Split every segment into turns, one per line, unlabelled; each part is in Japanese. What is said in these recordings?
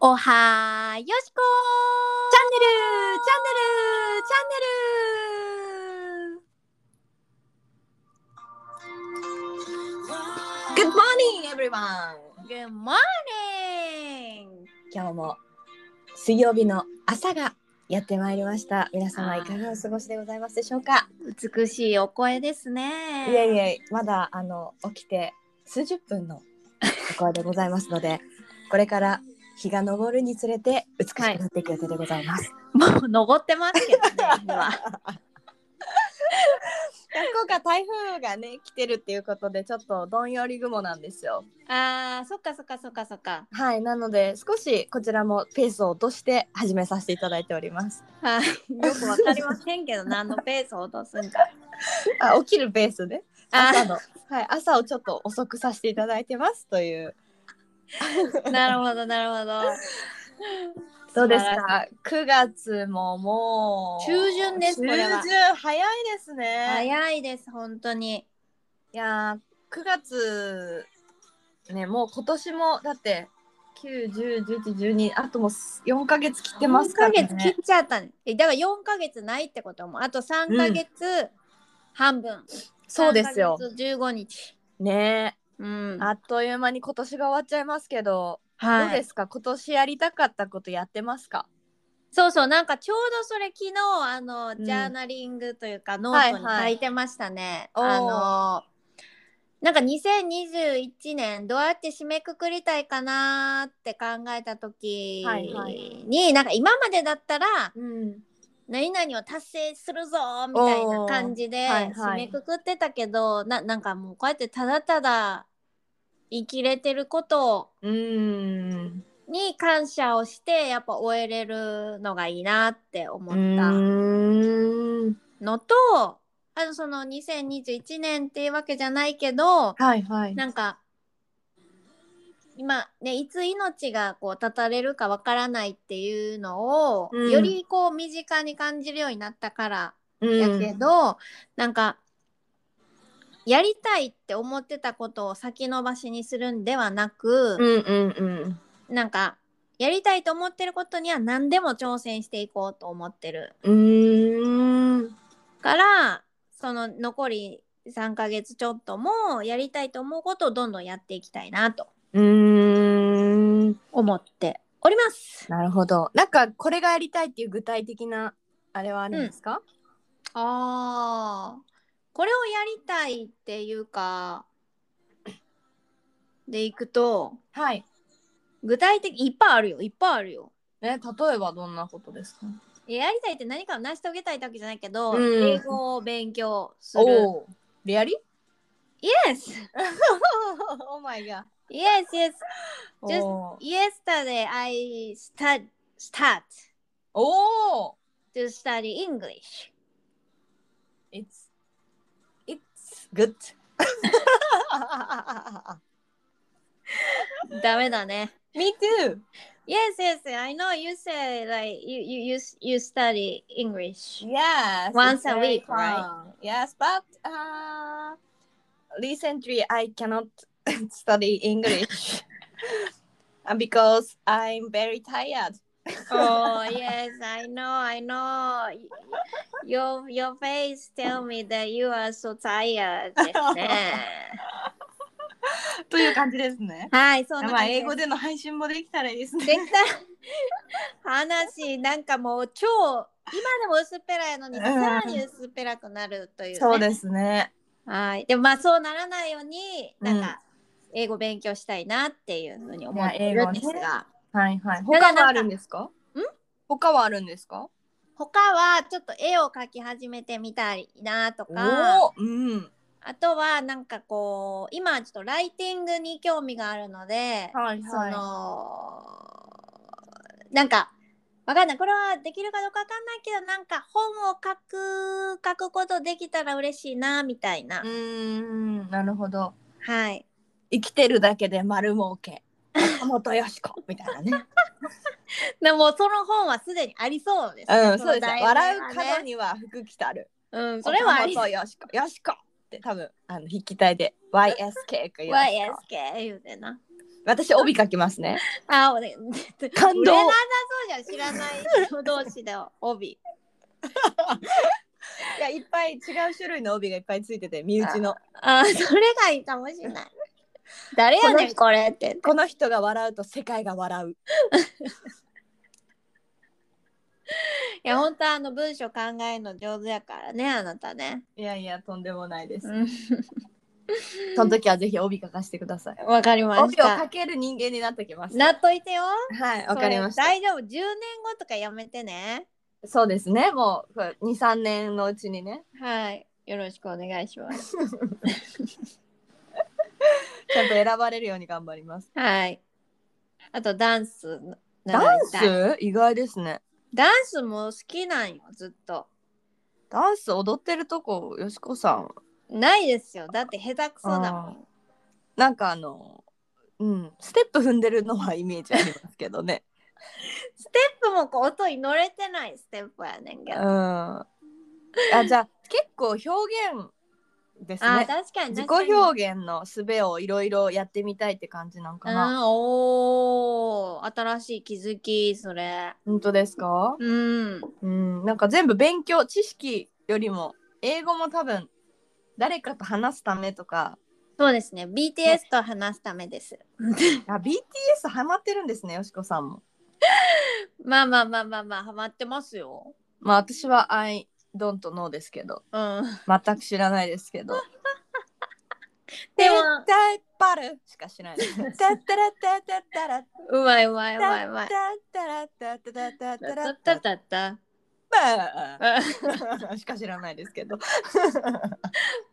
おはよしこ
チャンネルチャンネルチャンネル Good morning, everyone!
Good morning!
今日も水曜日の朝がやってまいりました。皆様いかがお過ごしでございますでしょうか
美しいお声です
い
ね。
えいえ、まだあの起きて数十分のお声でございますので、 これから日が昇るにつれて美しくなっていく予定でございます。
もう登ってますけどね、今。
今回台風がね来てるっていうことでちょっとどんより雲なんですよ
あー、そっかそっかそっかそっか。
はいなので少しこちらもペースを落として始めさせていただいております
はい。よくわかりませんけど、何のペースを落とすんか。
あ起きるペースね
あ
朝のはい朝をちょっと遅くさせていただいてますという
ー、なるほど、なるほど。
どうですか9月ももう
中旬ですこれは
中旬早いですね
早いです、本当に。
いやー9月ねもう今年もだって9101112あともう4ヶ月切ってますからね
4ヶ月切っちゃったね。えだから4ヶ月ないってことも、あと3ヶ月半分。
そうですよ
3ヶ月15日。
ね
うん
え。あっという間に今年が終わっちゃいますけど、
はい。
どうですか今年やりたかったことやってますか
そうそうなんかちょうどそれ昨日あの、
ん
ジャーナリングというかノートに
はいは
書
い
いてましたね。
おー
あのなんか2021年どうやって締めくくりたいかなーって考えた時に、
はいは
なんか今までだったら
うん
何々を達成するぞーみたいな感じで
おーはい
締
はい
めくくってたけど、ななんかもうこうやってただただ生きれてることを
うーん
に感謝をしてやっぱ終えれるのがいいなって思
う
っ
ーん
たのとあのその2021年っていうわけじゃないけど
はいはい
なんか今ねいつ命がこう絶たれるかわからないっていうのを、
うん
よりこう身近に感じるようになったから
うん
やけど、なんかやりたいって思ってたことを先延ばしにするんではなく、
うんうんうん
なんかやりたいと思ってることには何でも挑戦していこうと思ってる
うーん
からその残り3ヶ月ちょっともやりたいと思うことをどんどんやっていきたいなと
うーん
思っております。
なるほどなんかこれがやりたいっていう具体的なあれはあるんですか、
あーこれをやりたいっていうかでいくと
はい
具体的いっぱいあるよいっぱいあるよ。
ね例えばどんなことですか
やりたいって何かを成し遂げたいってわけじゃないけど、
うん
英語を勉強する。
おーリ アリ
Yes!
オーマイ ガ
Yes, yes! Just-
おー
Yesterday I stud start
おー
to study English.
It's it's good
ダメだね。
Me too
Yes, yes, I know you say like you you you you study English.
Yes
Once
it's
a
very
week, right?
fun. Yes but uh, recently I cannot study English Uh, because I'm very tired
Oh yes, I know, I know. Your your face tell me that you are so tired ですね。
という感じですね
はい、そうなん
まあ英語
で
での配信もできたらいいです
す。
ね
できた話なんかもう超今でも薄っぺらいのに
うん
さらに薄っぺらくなるという、ね。
すね
はい。でもまあそうならないように、
う
なん
ん
か英語勉強したいなっていうふうに思ってるんです
いや英
が、
はいはい
ただ
他はあるんですか
なん
他はあるんですか
他はちょっと絵を描き始めてみたいなとか、
おーうん
あとはなんかこう今はちょっとライティングに興味があるので、
はい
そのなんか。わかんないこれはできるかどうかわかんないけどなんか本を書く書くことできたら嬉しいなみたいな、
うーんなるほど
はい
生きてるだけで丸儲 け岡本よしこみたいなね
でもその本はすでにありそうですね、
う
の
んそうですよ
題名はね
笑う角には福来たる
うん、それはあり
岡本よしこよしこって多分あの筆記体で YSK か
YSK 言うてな。
私帯書きま すね。
あ、俺、
感
売
動
れなさそうじゃん知らない人同士で帯。
いやいっぱい違う種類の帯がいっぱいついてて身内の
あ、それがいいかもしれない。誰やねんこれって。
この人が笑うと世界が笑う。
いや本当あの文章考えるの上手やからねあなたね。
いやいやとんでもないです。
うん
その時はぜひ帯書かせてください。
わかりまし
帯を
た
書。ける人間になってきます。
なっといてよ。
はいわかりました
そ。れ大丈夫。10年後とかやめてね。
そうですねもう二三年のうちにね
はい。よろしくお願いします。
ちゃんと選ばれるように頑張ります。
はい。あとダンス習いたい。
ダンス意外ですね。
ダンスも好きなんよずっと。
ダンス踊ってるとこよしこさん
ないですよ。だって下手くそだも
あー
ん。
なんかあのうんステップ踏んでるのはイメージありますけどね。
ステップもこう音に乗れてないステップやねん
う
け
ん。
ど。あ
あじゃあ結構表現です
ー
ね。
確かに
自
確
己
かに。
表現の術をいろいろやってみたいって感じなんかな。
あーおー新しい気づきそれ。
本当ですか？
うん。
うん。なんか全部勉強知識よりも英語も多分誰かと話すためとか。
そうですね。BTS と話すためです。
あ BTS ハマってるんですねよしこさんも。
まあまあまあまあまあ、ハマってますよ。
まあ私は I don't know ですけど
うん。
全く知らないですけど。
でも、
絶対バルしか知らない。タッタラッタッタッタラッ
うまいうまい
タ
う
ッ
まいうまい。
タラッタッタッタッタ
た
ラッタ
たたた。
ッタ
う
ッしか知らないですけど。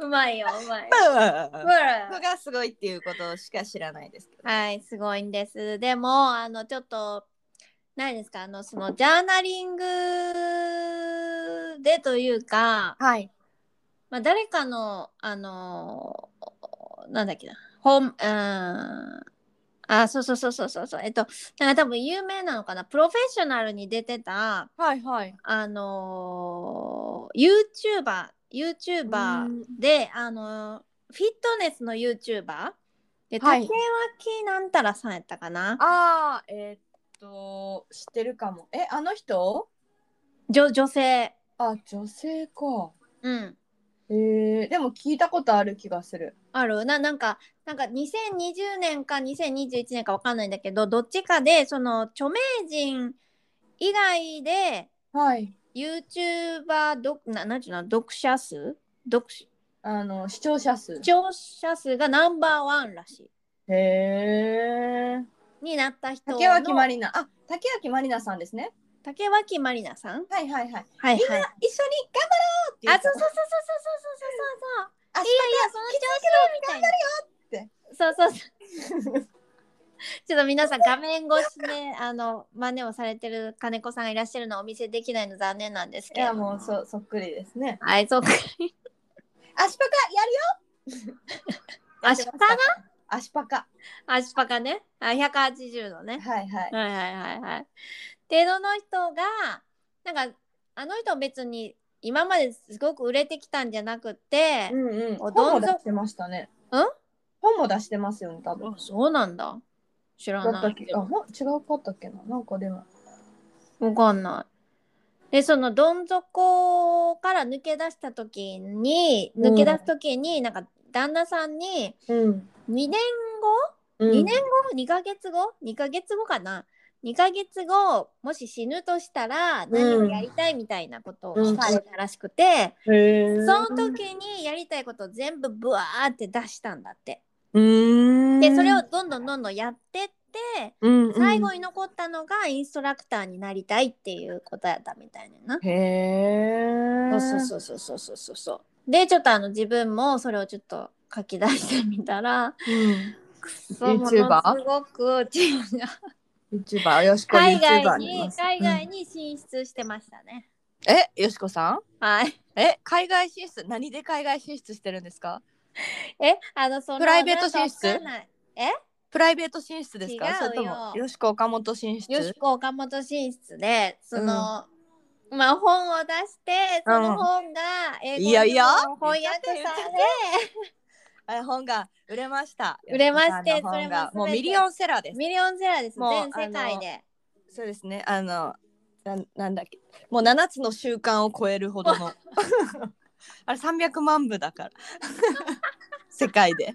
まいよ、うまい。ほ
バ
ら
ーがすごいっていうことしか知らないですけど。
はい、すごいんです。でも、あの、ちょっと、ないですか、あの、その、ジャーナリングでというか、
はい。
まあ、誰かの、あの、なんだっけな、本、うん、あ、そうそうそうそうそうそう、えっと、なんか多分有名なのかな、プロフェッショナルに出てた、
はいはい。
あのー、YouTuber、YouTuber
うん
で、あのーフィットネスの YouTuber で、
は
竹
い
脇なんたらさんやったかな
ああ、えーっと、知ってるかも。え、あの人
女女性。
あ、女性か。
うん。
えー、でも聞いたことある気がする。
あるななんかなんか2020年か2021年かわかんないんだけどどっちかでその著名人以外で
はい。
YouTuber どななんていうの読者数読視
あの、視聴者数。
聴者数がナンバーワンらし
へえ。
いになった人の
竹脇まりな。あ、竹脇まりなさんですね。
竹脇まりなさん
はい
は
はいはい。
い
みん
は。
ない一緒に頑張ろうって言
あ、
った
そうそうそうそうそうそうそうそうそう。いやいや、その調子よみたいな。そうそうそう。
あ
ちょっと皆さん画面越しであの真似をされてる金子さんがいらっしゃるのをお見せできないの残念なんです
い
け
や
ど
もうそそっくりですね。
はい そうか
足パカやるよ
足パカ
足パカ。
足パカねあ180のね
はいはい。
はいはいはいはい。でその人がなんかあの人別に今まですごく売れてきたんじゃなくて、
うんうん。
お
本
ど
も
ん
出
ぞ
してましたね。本も出してますよね、多分。
あそうなんだ知ら
だった
な
っ
い
けあ、ほん違うかったっけななんかでも。
わかんない。でそのどん底から抜け出した時に
うん
抜け出す時に、なんか旦那さんに
うん。
2年
う
後
ん
2年後2ヶ月後2ヶ月後かな2ヶ月後もし死ぬとしたら何をやりたいみたいなことを聞かれたらしくて、
へー
その時にやりたいことを全部ブワーって出したんだって。
うーん
でそれをどんどんどんどんやってって
うんうん
最後に残ったのがインストラクターになりたいっていうことやったみたいねんな。
へえ
そうそうそうそうそうそうそうでちょっとあの自分もそれをちょっと書き出してみたら
う
くそもの
YouTuber？
すごく違うん
YouTuber よしこ
海外
YouTuber
に
ます
海外に進出してましたね、
うんえよしこさん
はい
え海外進出何で海外進出してるんですか
えあのその
プライベート進出
なんかわかんない
プライベート進出ですか
違うよ
それともよしこ岡本進出
よしこ岡本進出でその、まあ本を出してその本が英語
いやいや
の翻訳され
言っちゃっえ本が売れました。
売れまして
安田さんの本が
それも全て
もうミリオンセラーです。
ミリオンセラーです
もう
全世界で
そうですね。あのなんなんだっけ、もう七つの習慣を超えるほどの あれ三百万部だから 世界で。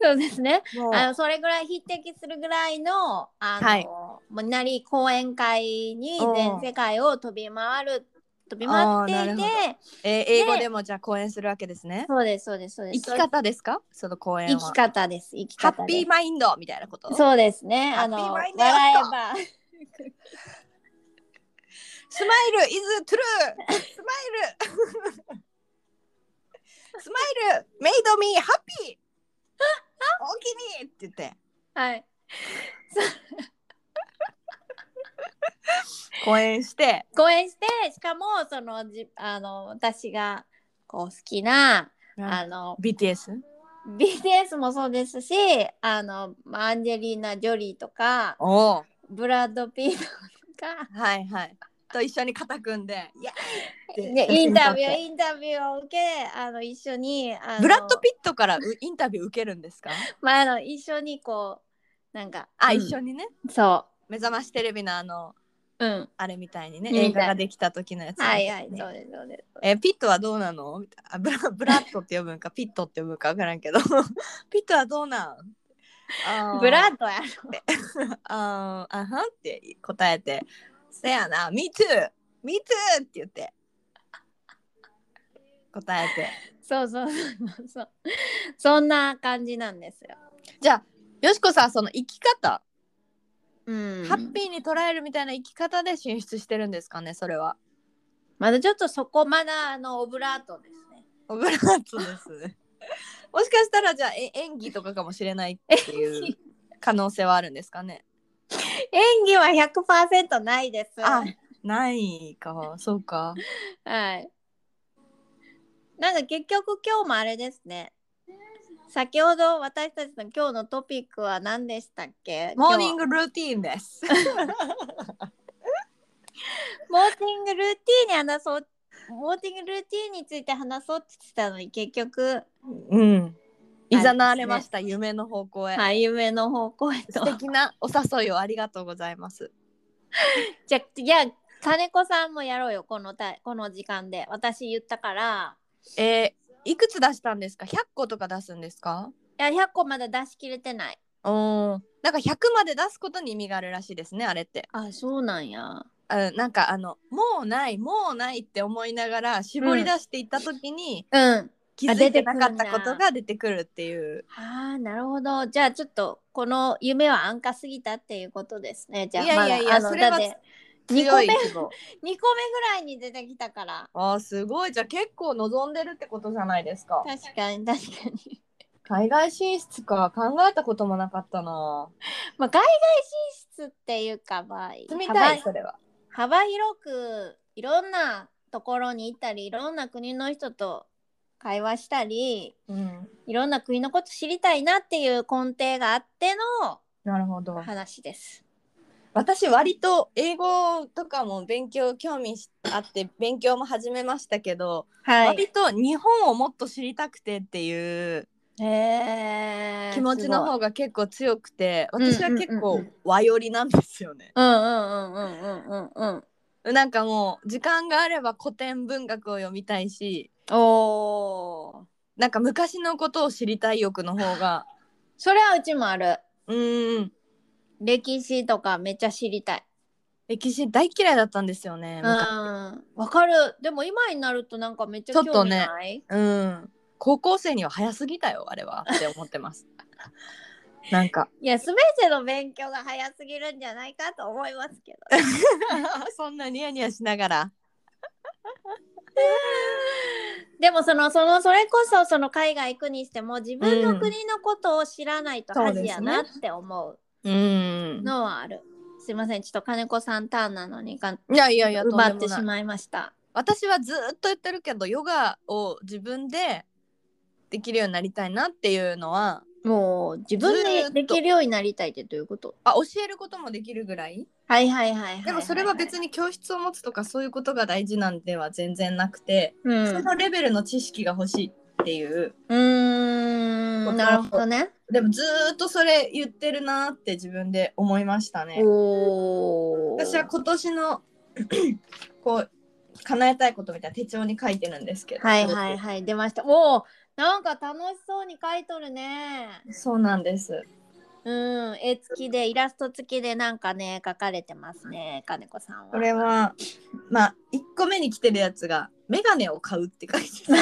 そうですね
もう
あのそれぐらい匹敵するぐらいのあの、
はい
もうなり講演会に全世界を飛び回る飛び回って
あーないる
て
ほどえー英語でもじゃあ講演するわけですね。
そうですそうですそうで
生
す
き方ですか？その講演
生
は。
き方です生き
ハ
方
ッ
で
ピー
す
マインドみたいなこと。
そうですね
ハ
あ
ッピー
の
マ
笑
インドや
え
った
ば
スマイルイズトゥル ースマイルスマイルメイドミーハッピーおおきにって言って
はい
講演して
講演してしかもそのじあの私がこう好きな、あの
BTS
BTS もそうですしあのアンジェリーナ・ジョリーとか
お
ブラッド・ピートとか
はいはいと一緒に肩組んでいや
でインタビューインタビューを受けあの一緒にあの
ブラッド・ピットからうインタビュー受けるんですか
まあ、あの一緒にこうなんか
あ、
うん
一緒にね
そ
目覚ましテレビのあの
ううん
あれみたいにね
みたい
映画ができた時のやつ、
はいはい
ね
そうですそうです
えピットはどうなのみたいなあブラブラッドって呼ぶんかピットって呼ぶんか分からんけど ピットはどうなんあー
ブラッドやろ
あーあはんって答えて「せやな Me too! Me too!」って言って答えて
そうそうそうそうそんな感じなんですよ、
じゃあよしこさんその生き方、
うん、
ハッピーに捉えるみたいな生き方で進出してるんですかねそれは
まだちょっとそこまだあのオブラートですね
オブラートですね もしかしたらじゃあえ演技とかかもしれないっていう可能性はあるんですかね
演技は100%ないです
あ、ないか、そうか。
はい。なんか結局今日もあれですね。先ほど私たちの今日のトピックは何でしたっけ
モーニン
グ
グルーティーンです。
モーニングルーティーンに話そうモーニングルーティーンについて話そうって言ってたのに結局、
うん。いざなわれました、夢の方向へ。
はい、夢の方向へ
素
と。
敵なお誘いをありがとうございます。
じゃじゃあ金子さんもやろうよこのたこの時間で私言ったから
えーいくつ出したんですか ?100 個とか出すんですか
いや100個まだ出し切れてない。
うん。なんか100まで出すことに意味があるらしいですね、あれって。
あそうなんや。
うん、なんかあの、もうない、もうないって思いながら絞り出していった時に、
うん。
気
あ
づ
出
いて
てく
なんか
だ
ったことが出てくるっていう。
ああなるほどじゃあちょっとこの夢は安価すぎたっていうことですねじゃあ
いやいやい
ま
や
だあの
それは
だって2個
強
目2
い 希望。
個目ぐらいに出てきたから
あーすごいじゃあ結構望んでるってことじゃないですか
確かに確かに
海外進出か考えたこともなかったな
まあ海外進出っていうかまあ
住みたい
幅
それは
幅広くいろんなところに行ったりいろんな国の人と会話したり
うん
いろんな国のこと知りたいなっていう根底があっての
なるほど
話です。
私割と英語とかも勉強興味しあって勉強も始めましたけど、
はい
割、と日本をもっと知りたくてっていう
えー
気持ちの
すごい
方が結構強くて
うんうんうんうん
私は結構和寄りなんですよね、
うんうんうんうんうんうんうん。
なんかもう時間があれば古典文学を読みたいし
おー
なんか昔のことを知りたい欲の方が
それはうちもある
うーん
歴史とかめっちゃ知りたい
歴史大嫌いだったんですよね
うん。わかるでも今になるとなんかめっちゃ
ちょっと
興味
ね
ない、
うん。高校生には早すぎたよあれはって思ってます。 なんか
いや全ての勉強が早すぎるんじゃないかと思いますけど
そんなニヤニヤしながら。
でもそのそのそれこそその海外行くにしても自分
うん
の国のことを知らないと
そう
恥
です
や
ね
なって思う
うん。
のはある、すいませんちょっと金子さんターンなのにか
いやいやいやとん
奪
で
ってし
もない。
まいました
私はずーっと言ってるけどヨガを自分でできるようになりたいなっていうのは
もう自分
ずー
で
っと
できるようになりたいってどういうこと
あ教えることもできるぐらい
はいはいはいはいいい
でもそれは別に教室を持つとかそういうことが大事なんでは全然なくて、
うん
そのレベルの知識が欲しいっっていう
うーんなるほどね。
でもずーっとそれ言ってるなーって自分で思いましたね。
おお。
私は今年の こう叶えたいことみたいな手帳に書いてるんですけど、
はいはいはい出ました。おおなんか楽しそうに書いとるね。
そうなんです。
うん絵付きでイラスト付きでなんかね書かれてますね金子さんは。
これはまあ1個目に来てるやつが「眼鏡を買う」って書い てた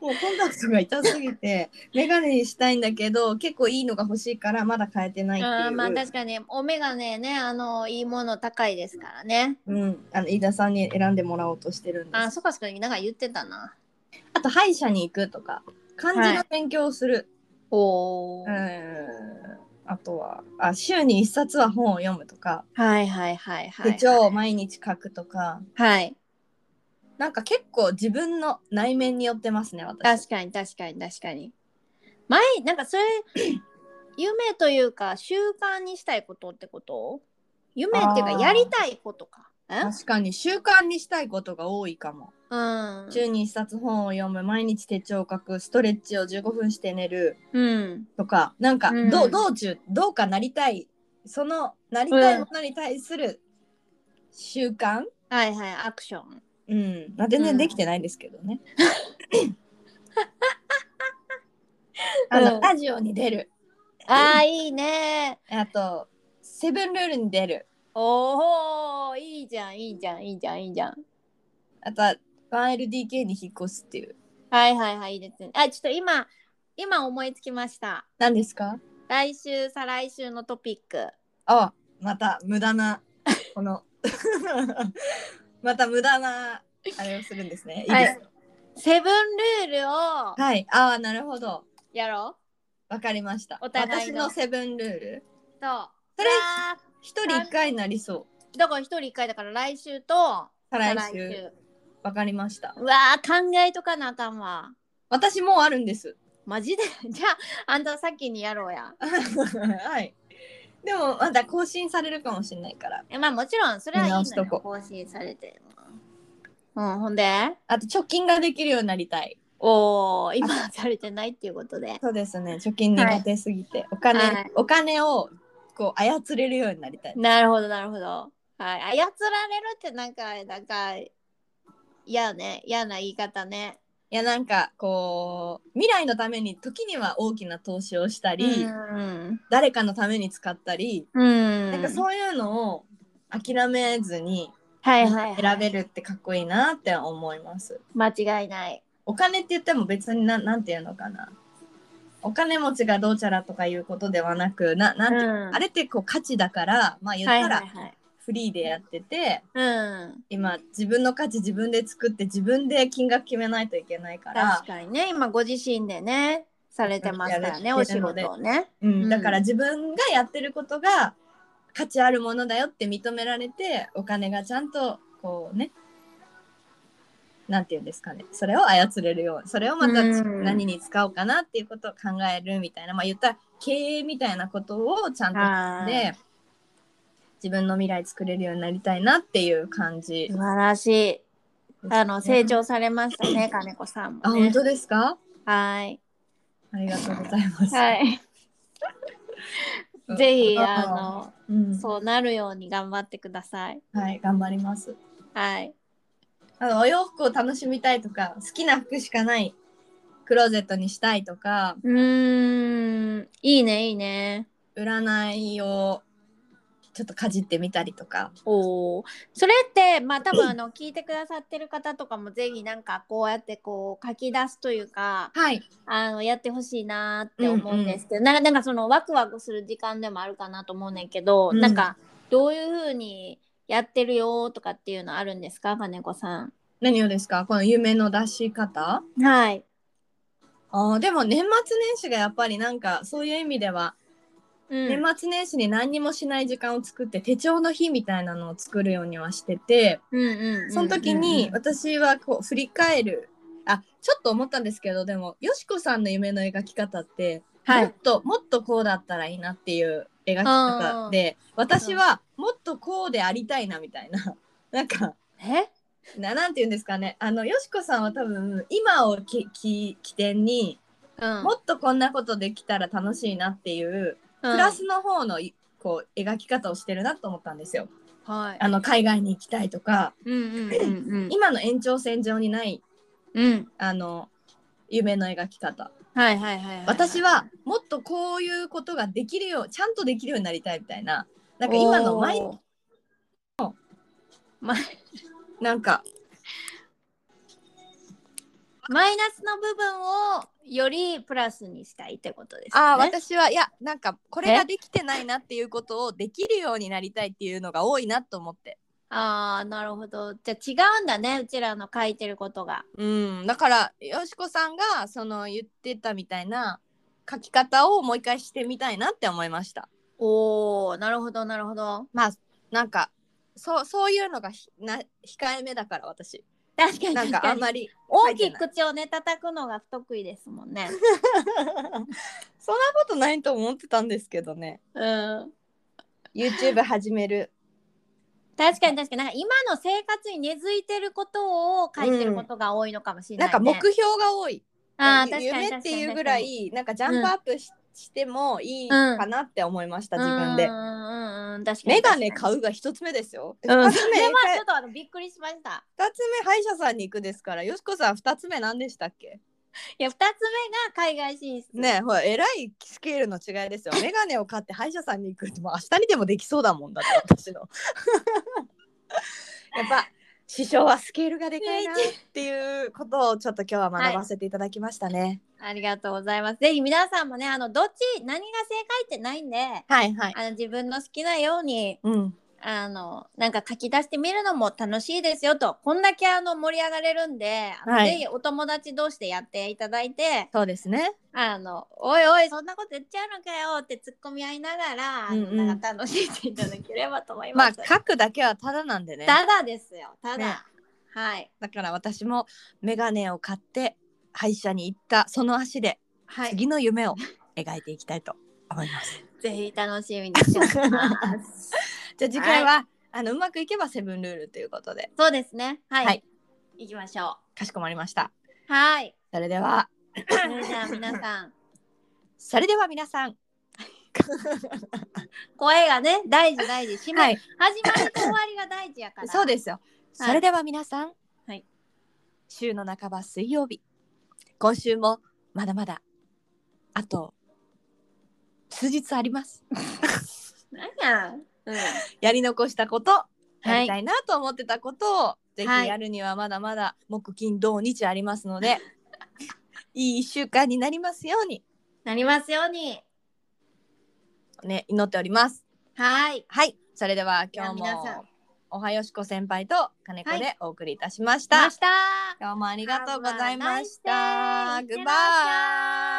もうコンタクトが痛すぎて眼鏡にしたいんだけど結構いいのが欲しいからまだ買えてないって
あ
い
ー
う、
まあ確かにお眼鏡ねあのいいもの高いですからね。
うん、あの飯田さんに選んでもらおうとしてるんです
あそっかそっかなんか言ってたな。
あと歯医者に行くとか漢字の勉強をする、
おお、
うんあとはあ週に1冊は本を読むとか
はいはいはいはい。
手帳を毎日書くとか
はい。
なんか結構自分の内面によってますね私
確かに確かに確かに。前なん かそれ夢というか習慣にしたいことってこと夢っていうか
あー
やりたいことか。え
確かに習慣にしたいことが多いかも
うん。
週に1冊本を読む毎日手帳を書くストレッチを15分して寝る
うん。
とかなんか
うん
どう道中どうかなりたいそのなりたいものに対する習慣
はいはいアクション。
うん、まあ、全
うん
然できてないですけどね。
うん
あの、ラジオに出る、
あーいいね
あと、セブンルールに出る、
おおいいじゃんいいじゃんいいじゃんいいじゃん。
あとは 1LDK に引っ越すっていう。
はいはいはいいいですね。あちょっと今今思いつきました。
何ですか
来週再来週のトピック。
あ、また無駄な、この、 また無駄な、あれをするんですね。いいです。
セブンルールを
はい、ああ、なるほど。
やろ
わかりました。
お互い
私
の
のセブンルール。
う。と。
それ
あ
一人一回になりそう。
ーだから一人一回だから来週と
再来週。。わかりました。
うわー考えとかなあかんわ。
私もうあるんです。
マジで じゃああんた先にやろうや。
はい。でもまだ更新されるかもしれないから。
えまあもちろんそれはいい
見直し
の
と
よ
こ
更新されて。うんほんで
あと貯金ができるようになりたい。
おお今はされてないっていうことで。
そうですね。貯金苦手すぎて、お金、
はい
お金をこう操れるようになりたい。
なるほどなるほど。はい、操られるってなんかなんか嫌ね嫌な言い方ね。
いやなんかこう未来のために時には大きな投資をしたり、
うん。
誰かのために使ったり、
うん。
なんかそういうのを諦めずに
はいはい、はい、
選べるってかっこいいなって思います。
間違いない。
お金って言っても別にななんていうのかなお金持ちがどうちゃらとかいうことではなくななんていう
うん
あれってこう価値だからまあ言っ
はい
た
はい
ら
はい。
フリーでやってて、
うん。
今自分の価値自分で作って自分で金額決めないといけないから
確、かにね今ご自身でねされてますからね
や
お
れて
仕
るので
事をね。
うん
うん
だから自分がやってることが価値あるものだよって認められてお金がちゃんとこうねなんていうんですかねそれを操れるようにそれをまた
うん
何に使おうかなっていうことを考えるみたいな、まあ言ったら経営みたいなことをちゃんと
は
で
い。
自分の未来作れるようになりたいなっていう感じ、
素晴らしい。あの成長されましたね金子さん
あ
も
本
ね。
当ですか
はい。
ありがとうございます、
はい。ぜひ
あ
あの
うん、
そうなるように頑張ってください。
はい頑張ります
はい。
あのお洋服を楽しみたいとか好きな服しかないクローゼットにしたいとか
うーん、いいね、いいね。
占いをちょっとかじってみたりとか
おお、それって、まあ、多分、あの、聞いてくださってる方とかも、ぜひ、なんか、こうやって、こう、書き出すというか。
はい
あの、やってほしいなーって思うんですけど、なんか、なんか、その、ワクワクする時間でもあるかなと思うねんけど、
うん
なんか。どういう風に、やってるよーとかっていうのあるんですか、金子さん。
何をですかこの夢の出し方
はい。
あーでも年末年始がやっぱりなんかそういう意味では、
うん、
年末年始に何にもしない時間を作って手帳の日みたいなのを作るようにはしてて
うんうんうん
その時に私はこう振り返るあちょっと思ったんですけどでもよしこさんの夢の描き方って
はい
もっともっとこうだったらいいなっていう描き 方で私はもっとこうでありたいなみたいななんか
え
ななんて言うんですかねあのよしこさんは多分今をきき起点に
うん
もっとこんなことできたら楽しいなっていう、プラスの方のいこう描き方をしてるなと思ったんですよ。
うんはい
あの海外に行きたいとか
うんうんうん
今の延長線上にない
うんうん
あの夢の描き方
はいはいはいい
私はもっとこういうことができるようちゃんとできるようになりたいみたいななんか今の毎
おーマイ
なんか
マイナスの部分をよりプラスにしたいってことです
あー
ね。
私はいやなんかこれができてないなっていうことをできるようになりたいっていうのが多いなと思って
ああなるほどじゃあ違うんだねうちらの書いてることが。
うんだからよしこさんがその言ってたみたいな書き方をもう一回してみたいなって思いました
おーなるほどなるほど。
まあなんかそうそういうのがひな控えめだから 私
確かに
なん
確
か
か
あ
に
んまり
大きい口をね叩くのが不得意ですもんね。
そんなことないと思ってたんですけどね
うん、
YouTube 始める
確かに確かになんか今の生活に根付いてることを書いてることが多いのかもしれな、
ないん
ね
か目標が多い
あー確かに
夢っていうぐらいなんかジャンプアップし,、てもいいかなって思いました、
確かに
自分で
うんうんうん確かに
メガネ買
う。
うが一つ目ですよ
うん、そ
二
れは
つ
ち
目
ょっとあのびっくりしました。
二つ目歯医者さんに行くですからよしこさん二つ目何でしたっけ
いや、二つ目が海外進出。
ねえほらえらいスケールの違いですよメガネを買って歯医者さんに行くってもう明日にでもできそうだもんだって私の やっぱ師匠はスケールがでかいなっていうことをちょっと今日は学ばせていただきましたね
ありがとうございます。ぜひ皆さんもね、あの、どっち、何が正解ってないんで、
はいはい
あの、自分の好きなように、
うん
あの、なんか書き出してみるのも楽しいですよと、こんだけあの、盛り上がれるんで、あの
はい
ぜひお友達同士でやっていただいて、
そうですね
あの、おいおい、そんなこと言っちゃうのかよって突っ込み合いながら、あの
うんうん
なんか楽しんでいただければと思いま
まあ
す。
書くだけはただなんでね
ただですよ、ただ。
ね
はい。
だから私もメガネを買って歯医者に行ったその足で
はい。
次の夢を描いていきたいと思います。
ぜひ楽しみにしてます。
じゃあ次回は、あのうまくいけばセブンルールということで
そうですね。はい。
はいい、
行きましょ
かしこまりました。
う。はい。
それでは
それじゃあ皆さん、
それでは皆 さん。
声がね、大事大事。締め、
はい、
始まりと終わりが大事やから。
そうですよ。
はい
それでは皆さん。
はい。
週の半ば水曜日。今週もまだまだあと数日あります。
なんや。うん。
やり残したこと
い
やりたいなと思ってたことを、ぜ
はい
ひやるにはまだまだ木金土日ありますので、いい1週間になりますように、
なりますように。
ね、祈っております。
はい。
はいそれでは今日
では皆さ
も
ん
おはよしこ先輩と金子
は
でお送りいたしました。
ました。
今日もありがとうございまし
Have
た。
a nice day.
グッバイ。